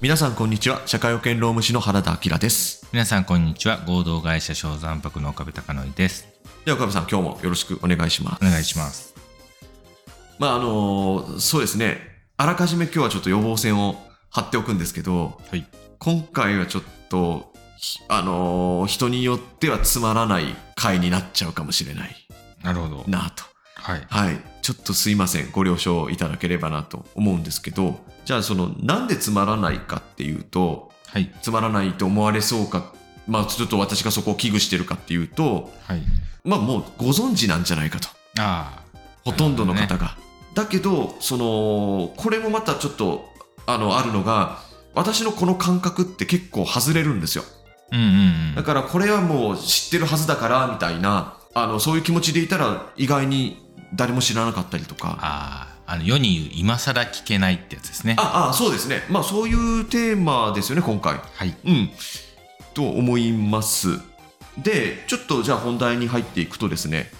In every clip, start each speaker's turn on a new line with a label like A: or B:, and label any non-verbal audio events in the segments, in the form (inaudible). A: 皆さんこんにちは社会保険労務士の原田明です
B: 皆さんこんにちは合同会社小山泊の岡部貴則です
A: では岡部さん今日もよろしくお願いします
B: お願いします
A: まああのーそうですねあらかじめ今日はちょっと予防線を張っておくんですけど
B: はい
A: 今回はちょっとひあのー人によってはつまらない回になっちゃうかもしれない
B: なるほど
A: なぁと
B: はい
A: はいちょっとすいませんご了承いただければなと思うんですけどじゃあそのなんでつまらないかっていうと
B: はい
A: つまらないと思われそうかまあちょっと私がそこを危惧してるかっていうと
B: はい
A: まあもうご存知なんじゃないかと
B: ああ
A: ほとんどの方が。だけどそのこれもまたちょっとあのあるのが私のこの感覚って結構外れるんですよ
B: うんうんう
A: だ
B: ん
A: からこれはもう知ってるはずだからみたいなあのそういう気持ちでいたら意外に誰も知らなかったりとか
B: あああの世に言う今更聞けないってやつですね
A: ああそうですねまあそういうテーマですよね今回
B: はい
A: うんと思いますでちょっとじゃあ本題に入っていくとですね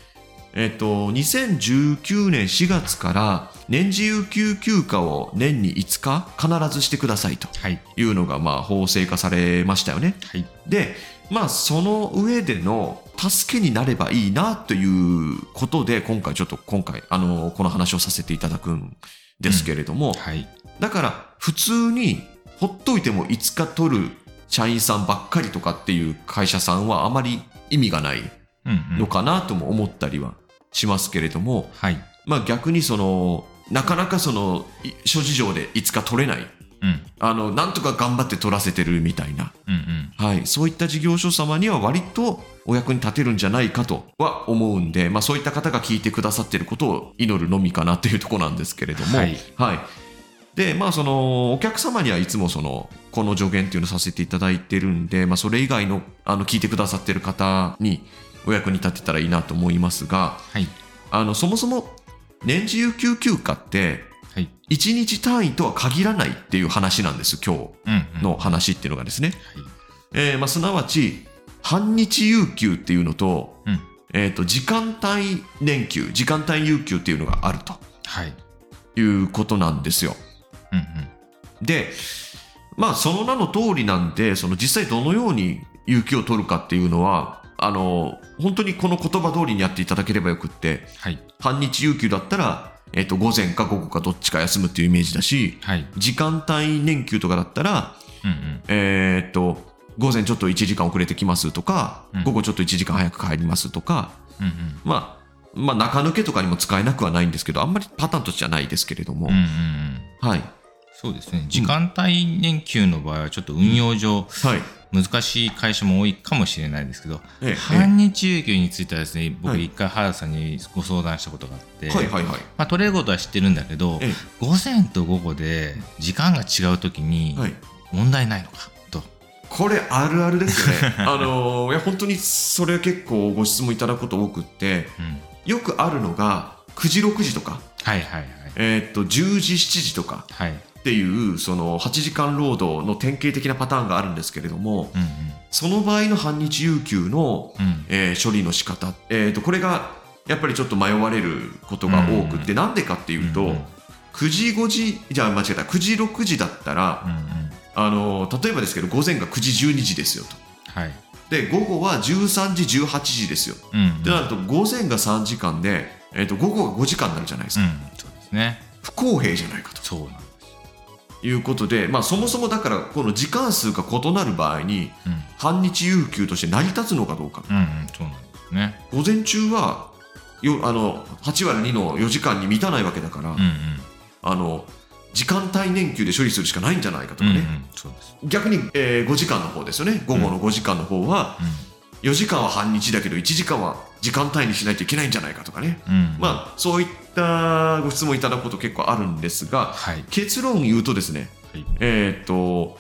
A: えっと2019年4月から年次有給休暇を年に5日必ずしてくださいと
B: はい
A: いうのがまあ法制化されましたよね
B: はい
A: でまあその上での助けになればいいなということで今回ちょっと今回あのこの話をさせていただくんですけれども、
B: はい
A: だから普通にほっといても5日取る社員さんばっかりとかっていう会社さんはあまり意味がない
B: うんう
A: の
B: ん
A: かなとも思ったりはしますけれども、
B: はい
A: まあ逆にそのなかなかそのい諸事情で5日取れない
B: うん
A: あのなんとか頑張って取らせてるみたいな、
B: うんうん
A: はい、そういった事業所様には割とお役に立てるんじゃないかとは思うんで、まあ、そういった方が聞いてくださってることを祈るのみかなっていうところなんですけれども、
B: はい
A: はい。で、まあ、その、お客様にはいつもその、この助言っていうのをさせていただいてるんで、まあ、それ以外の、あの、聞いてくださってる方にお役に立てたらいいなと思いますが、
B: はい
A: あの、そもそも、年次有給休暇って、
B: はい
A: 1日単位とは限らないっていう話なんです、今
B: うんうん
A: 日の話っていうのがですね。
B: はい
A: えーまあ、すなわち、半日有給っていうのと、
B: うん
A: えっ、と、時間帯年休、時間帯有給っていうのがあると
B: はい
A: いうことなんですよ。
B: うん
A: で、まあ、その名の通りなんで、その実際どのように有給を取るかっていうのは、あの、本当にこの言葉通りにやっていただければよくって、
B: うんはい
A: 半日有給だったら、えっ、と、午前か午後かどっちか休むっていうイメージだし、
B: はい
A: 時間帯年休とかだったら、
B: うんうん
A: えーっと、午前ちょっと1時間遅れてきますとか
B: う、ん
A: 午後ちょっと1時間早く帰りますとか、
B: うん
A: まあ、まあ、中抜けとかにも使えなくはないんですけど、あんまりパターンとしてはないですけれども、
B: うんうんうんうん
A: はい。
B: そうですね時間帯年休の場合はちょっと運用上、
A: はい。
B: 難しい会社も多いかもしれないですけど、
A: ええ
B: 半日有給についてはですね僕
A: はい
B: 一回原田さんにご相談したことがあって、
A: はいはいはい。
B: まあ、取れることは知ってるんだけど
A: え
B: 午前と午後で時間が違う時に
A: はい。
B: 問題ないのかと、
A: これあるあるですよね。あのーいや、本当にそれ結構ご質問いただくこと多くって、
B: うん
A: よくあるのが、9時6時とか、
B: はいはいはい
A: えーっと、10時7時とか
B: はい
A: っていう、その8時間労働の典型的なパターンがあるんですけれども、
B: うん
A: その場合の半日有給の
B: うんうん
A: えー処理の仕方、えー、とこれがやっぱりちょっと迷われることが多くって、なんでかっていうと、
B: うんうん
A: 9時5時じゃあ間違えた9時6時だったら、
B: うんうん
A: あのー例えばですけど午前が9時12時ですよと
B: はい
A: で午後は13時18時ですよっ
B: うんうん
A: てなると午前が3時間で、えー、と午後が5時間になるじゃないです
B: う
A: か、
B: んそうですね
A: 不公平じゃないかと
B: そうなん
A: いうことで、まあ、そもそもだからこの時間数が異なる場合に
B: う
A: 半日有給として成り立つのかどうか
B: んうんうんそうなんですね
A: 午前中はよあの8割2の4時間に満たないわけだから、
B: うんうん
A: あの時間帯年休で処理するしかないんじゃないかと
B: うん
A: か
B: うん
A: ね、
B: そうです
A: 逆に、え5時間の方ですよね午後の5時間の方は4時間は半日だけど1時間は時間帯にしないといけないんじゃないかとかね、
B: うんうん
A: まあそういったご質問いただくこと結構あるんですが
B: はい
A: 結論言うとですね
B: はい
A: えっ、と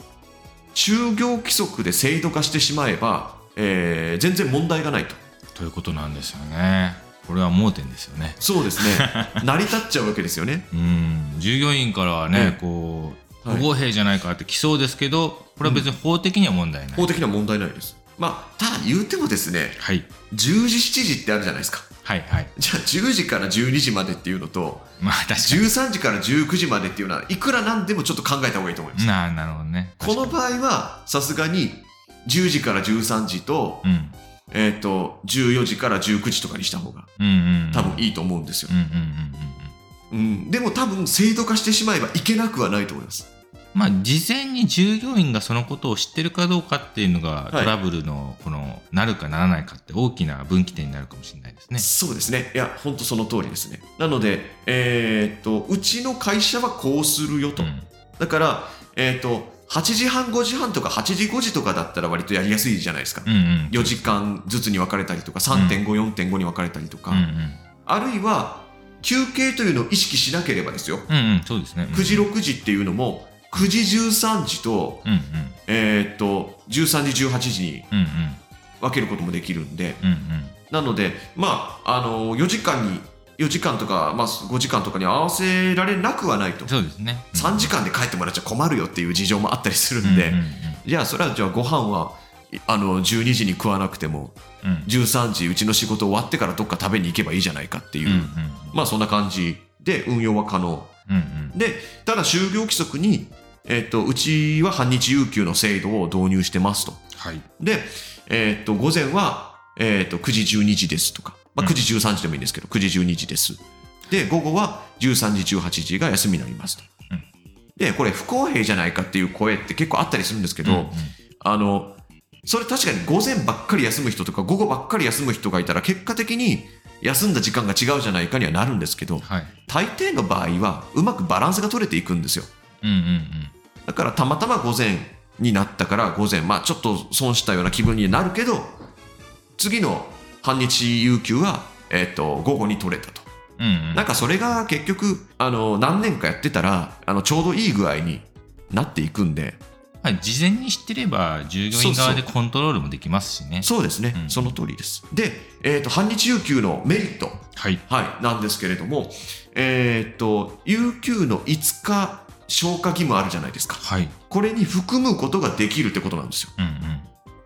A: 就業規則で制度化してしまえば、えー全然問題がないと
B: ということなんですよねこれは盲点ですよね
A: そうですね
B: (laughs)
A: 成り立っちゃうわけですよね
B: うん従業員からはね、
A: え
B: こう
A: は
B: 不
A: い
B: 公平じゃないかって来そうですけどこれは別に法的には問題ない、
A: 法的には問題ないです。まあ、ただ言うてもですね、
B: はい
A: 10時、7時ってあるじゃないですか。
B: はいはい。
A: じゃあ10時から12時までっていうのと
B: まあ確か
A: 13時から19時までっていうのはいくらなんでもちょっと考えた方がいいと思います
B: に。ななるほどね。
A: この場合はさすがに10時から13時と,、
B: うん。
A: えー、と14時から19時とかにした方が
B: うんうん。
A: 多分いいと思うんですよ
B: う、んうんうんうん。
A: うん、でも多分制度化してしまえばいけなくはないと思います
B: まあ、事前に従業員がそのことを知ってるかどうかっていうのが、
A: はい
B: トラブルのこのなるかならないかって大きな分岐点になるかもしれないですね。
A: そうですね。いや、本当その通りですね。なので、えーっと、うちの会社はこうするよと。
B: うん
A: だから、えーっと、8時半、5時半とか8時、5時とかだったら割とやりやすいじゃないですか。
B: うんうん
A: 4時間ずつに分かれたりとか、3.5、4.5に分かれたりとか、
B: うん
A: あるいは、休憩というのを意識しなければですよ。
B: うんうんうんそうですね。うん
A: 9時、6時っていうのも、9時13時と、
B: うんうん
A: えーっと、13時、18時に
B: うんうん
A: 分けることもできるんで、
B: うん
A: なので、まあ、あの4時間に4時間とか、まあ、5時間とかに合わせられなくはないと
B: うんそうですね。
A: 3時間で帰ってもらっちゃ困るよっていう事情もあったりするんで、
B: うんうん
A: じゃあそれはじゃあご飯はいあの12時に食わなくても
B: うんうん
A: 13時うちの仕事終わってからどっか食べに行けばいいじゃないかっていう、
B: うんうん
A: まあそんな感じで運用は可能
B: うんうん
A: でただ就業規則に、えっとうちは半日有給の制度を導入してますと
B: はい
A: で、えーっと、午前は、えーっと、9時12時ですとか、まあ、
B: うん
A: 9時13時でもいいんですけど、9時12時です。で、午後は13時18時が休みになりますと。
B: うん
A: で、これ不公平じゃないかっていう声って結構あったりするんですけど、
B: うんうん
A: あの、それ確かに午前ばっかり休む人とか午後ばっかり休む人がいたら結果的に休んだ時間が違うじゃないかにはなるんですけど、
B: はい
A: 大抵の場合はうまくバランスが取れていくんですよ。
B: うんうん
A: だからたまたま午前になったから午前まあちょっと損したような気分になるけど次の半日有給は、えっと午後に取れたと、
B: うんうんうん
A: なんかそれが結局あの何年かやってたらあのちょうどいい具合になっていくんで
B: まあ事前に知ってれば従業員側でコントロールもできますしね。
A: そうですね、
B: うん
A: その通りですで、えっと半日有給のメリット、
B: はい
A: はい、なんですけれどもえっ、と有給の5日消化義務あるじゃないですか
B: はい
A: これに含むことができるってことなんですよ
B: うん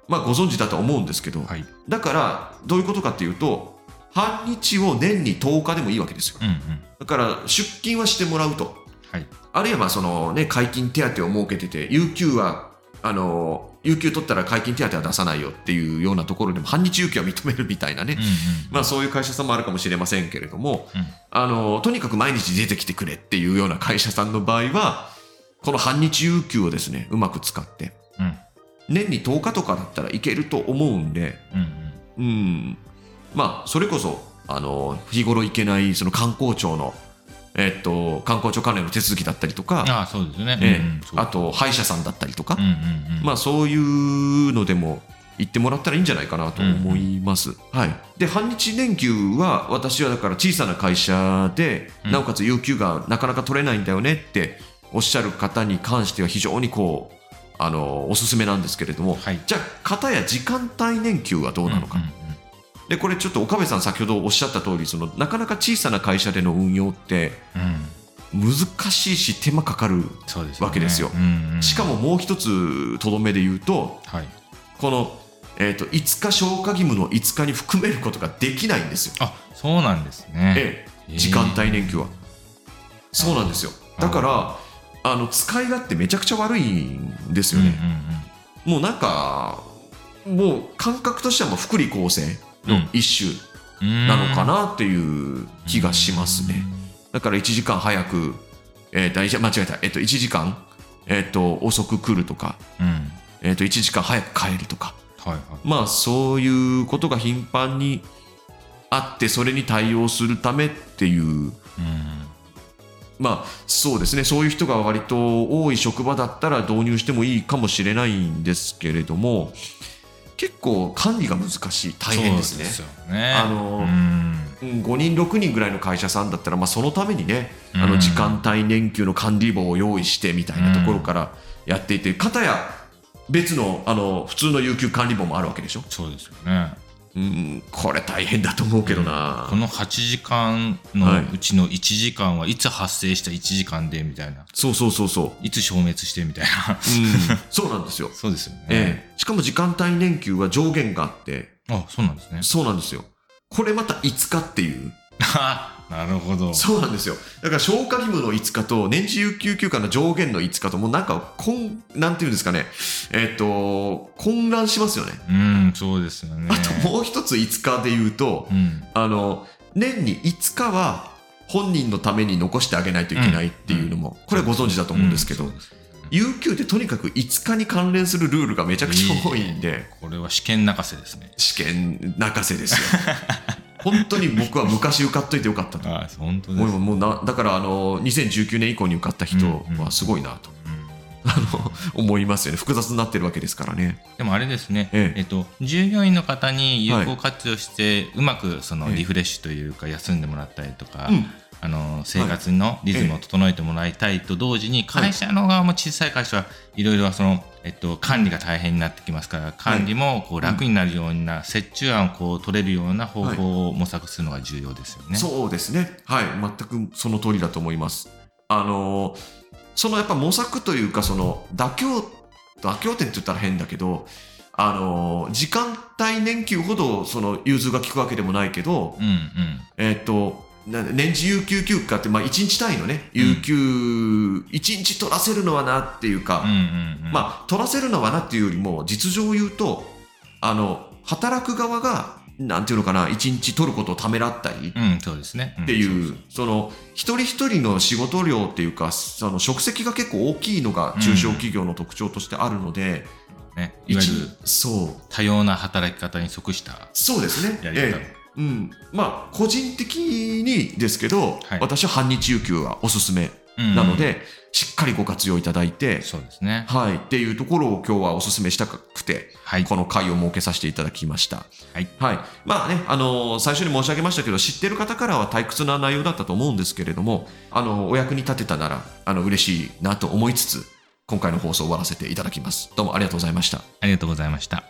A: まあご存知だとは思うんですけど、
B: うんはい
A: だからどういうことかっていうと半日を年に10日でもいいわけですよ
B: うんうん
A: だから出勤はしてもらうと
B: はい
A: あるいはまあその、ね、解禁手当を設けてて有給はあの有給取ったら解禁手当は出さないよっていうようなところでも半日有給は認めるみたいなね、
B: うんうん
A: まあ、そういう会社さんもあるかもしれませんけれども、
B: うん
A: あのとにかく毎日出てきてくれっていうような会社さんの場合はこの半日有給をですねうまく使って
B: うん
A: 年に10日とかだったらいけると思うんで、
B: うんう
A: う
B: ん
A: ん、まあそれこそあの日頃行けないその観光庁の、えっと、観光庁関連の手続きだったりとか、
B: ああそうですね。
A: ええ
B: うんうんそう
A: あと歯医者さんだったりとか、
B: うんうんうん
A: まあ、そういうのでも行ってもらったらいいんじゃないかなと思います。はい、で半日連休は私はだから小さな会社で、
B: うん
A: なおかつ有給がなかなか取れないんだよねっておっしゃる方に関しては非常にこうあのおすすめなんですけれども、
B: はい
A: じゃあ方や時間帯年休はどうなのか。
B: んんん
A: でこれちょっと岡部さん先ほどおっしゃった通りそのなかなか小さな会社での運用って
B: うん、
A: 難しいし手間かかる
B: そうです
A: わけですよ
B: うんうん
A: しかももう一つとどめで言うと
B: はい、
A: この、えー、と5日消化義務の5日に含めることができないんですよ、
B: あそうなんですね。
A: ええ
B: えー
A: 時間帯年休は、そうなんですよだ
B: なる
A: か
B: ほど
A: らあの使い勝手めちゃくちゃ悪いんです
B: うん
A: よ
B: うん
A: ね、もうなんかもう感覚としてはもう福利厚生の一種
B: うん、
A: なのかなっていう気がしますね、だから1時間早く、えーとあいや間違えた、えっと1時間、えっと遅く来るとか、
B: うん。うん
A: えっと1時間早く帰るとか、
B: はいはい。
A: まあ、そういうことが頻繁にあってそれに対応するためっていう、
B: うん
A: まあ、そうですねそういう人が割と多い職場だったら導入してもいいかもしれないんですけれども結構管理が難しい大変ですね。
B: そうですよね。
A: あのー
B: うん
A: うん5人6人ぐらいの会社さんだったら、まあ、そのためにね、あ
B: う
A: の
B: ん
A: 時間帯年給の管理簿を用意してみたいなところからやっていて、かたや別のあの普通の有給管理簿もあるわけでしょ、
B: そうですよね。
A: うん、これ大変だと思うけどな、
B: この八時間
A: は
B: の
A: いう
B: ちの一時間はいつ発生した一時間でみたいな、
A: そうそうそう (laughs) そう、うん、
B: いつ消滅してみたいな。 (laughs)
A: そうなんですよ、
B: そうですよね。
A: ええしかも時間帯年給は上限があって、 (laughs)
B: あそうなんですね。
A: そうなんですよ、これまたいつかっていう。
B: あなるほど。
A: そうなんですよ。だから消化義務の5日と、年次有給休暇の上限の5日と、もうなんか、こん、なんていうんですかね。えっ、と、混乱しますよね。
B: うん、そうですよね。
A: あともう一つ5日で言うと、
B: うん。
A: あの、年に5日は本人のために残してあげないといけないっていうのも、これご存知だと思うんですけど、
B: そうですね
A: 有給ってとにかく5日に関連するルールがめちゃくちゃ多いんで、
B: これは試験泣かせですね。
A: 試験泣かせですよ。 (laughs) 本当に僕は昔受かっといてよかったと。
B: あ本当です
A: もう
B: ね。
A: もうなだからあの2019年以降に受かった人はすごいなと、
B: うん
A: あの思いますよね複雑になってるわけですからね
B: でもあれですね、
A: え
B: え
A: え
B: っと、従業員の方に有効活用して、うまくその
A: ええ
B: リフレッシュというか休んでもらったりとか、
A: うん
B: あの生活のリズムを整えてもらいたいと同時に、
A: はい
B: 会社の側も小さい会社はいろいろその、えっと、管理が大変になってきますから管理もこう楽になるような、折衷案をこう取れるような方法を模索するのが重要ですよね。
A: そうですねはい全くその通りだと思いますあのそのやっぱ模索というかその妥協妥協点って言ったら変だけどあの時間帯年休ほどその融通が利くわけでもないけど、
B: うんうん
A: えっとな年次有給休暇って、まあ、1日単位のね有給1日取らせるのはなっていうか、
B: うんうんうん
A: まあ、取らせるのはなっていうよりも、実情を言うと、あの、働く側が、なんていうのかな、一日取ることをためらったり
B: うん、そうですね。ん
A: っていう、その、一人一人の仕事量っていうか、その、職責が結構大きいのが中小企業の特徴としてあるので、
B: ね、いわゆる
A: 一そう、
B: 多様な働き方に即した
A: そうですね。
B: やり方、
A: ええうん。まあ、個人的にですけど、
B: はい
A: 私は半日有給はおすすめ
B: うん
A: なので、しっかりご活用いただいて、
B: そうですね。
A: はい、っていうところを今日はお勧めしたくて、
B: はい。
A: この会を設けさせていただきました。
B: はい。
A: まあね、あのー最初に申し上げましたけど、知ってる方からは退屈な内容だったと思うんですけれども、あのーお役に立てたなら、あの、嬉しいなと思いつつ、今回の放送を終わらせていただきます。どうもありがとうございました。
B: ありがとうございました。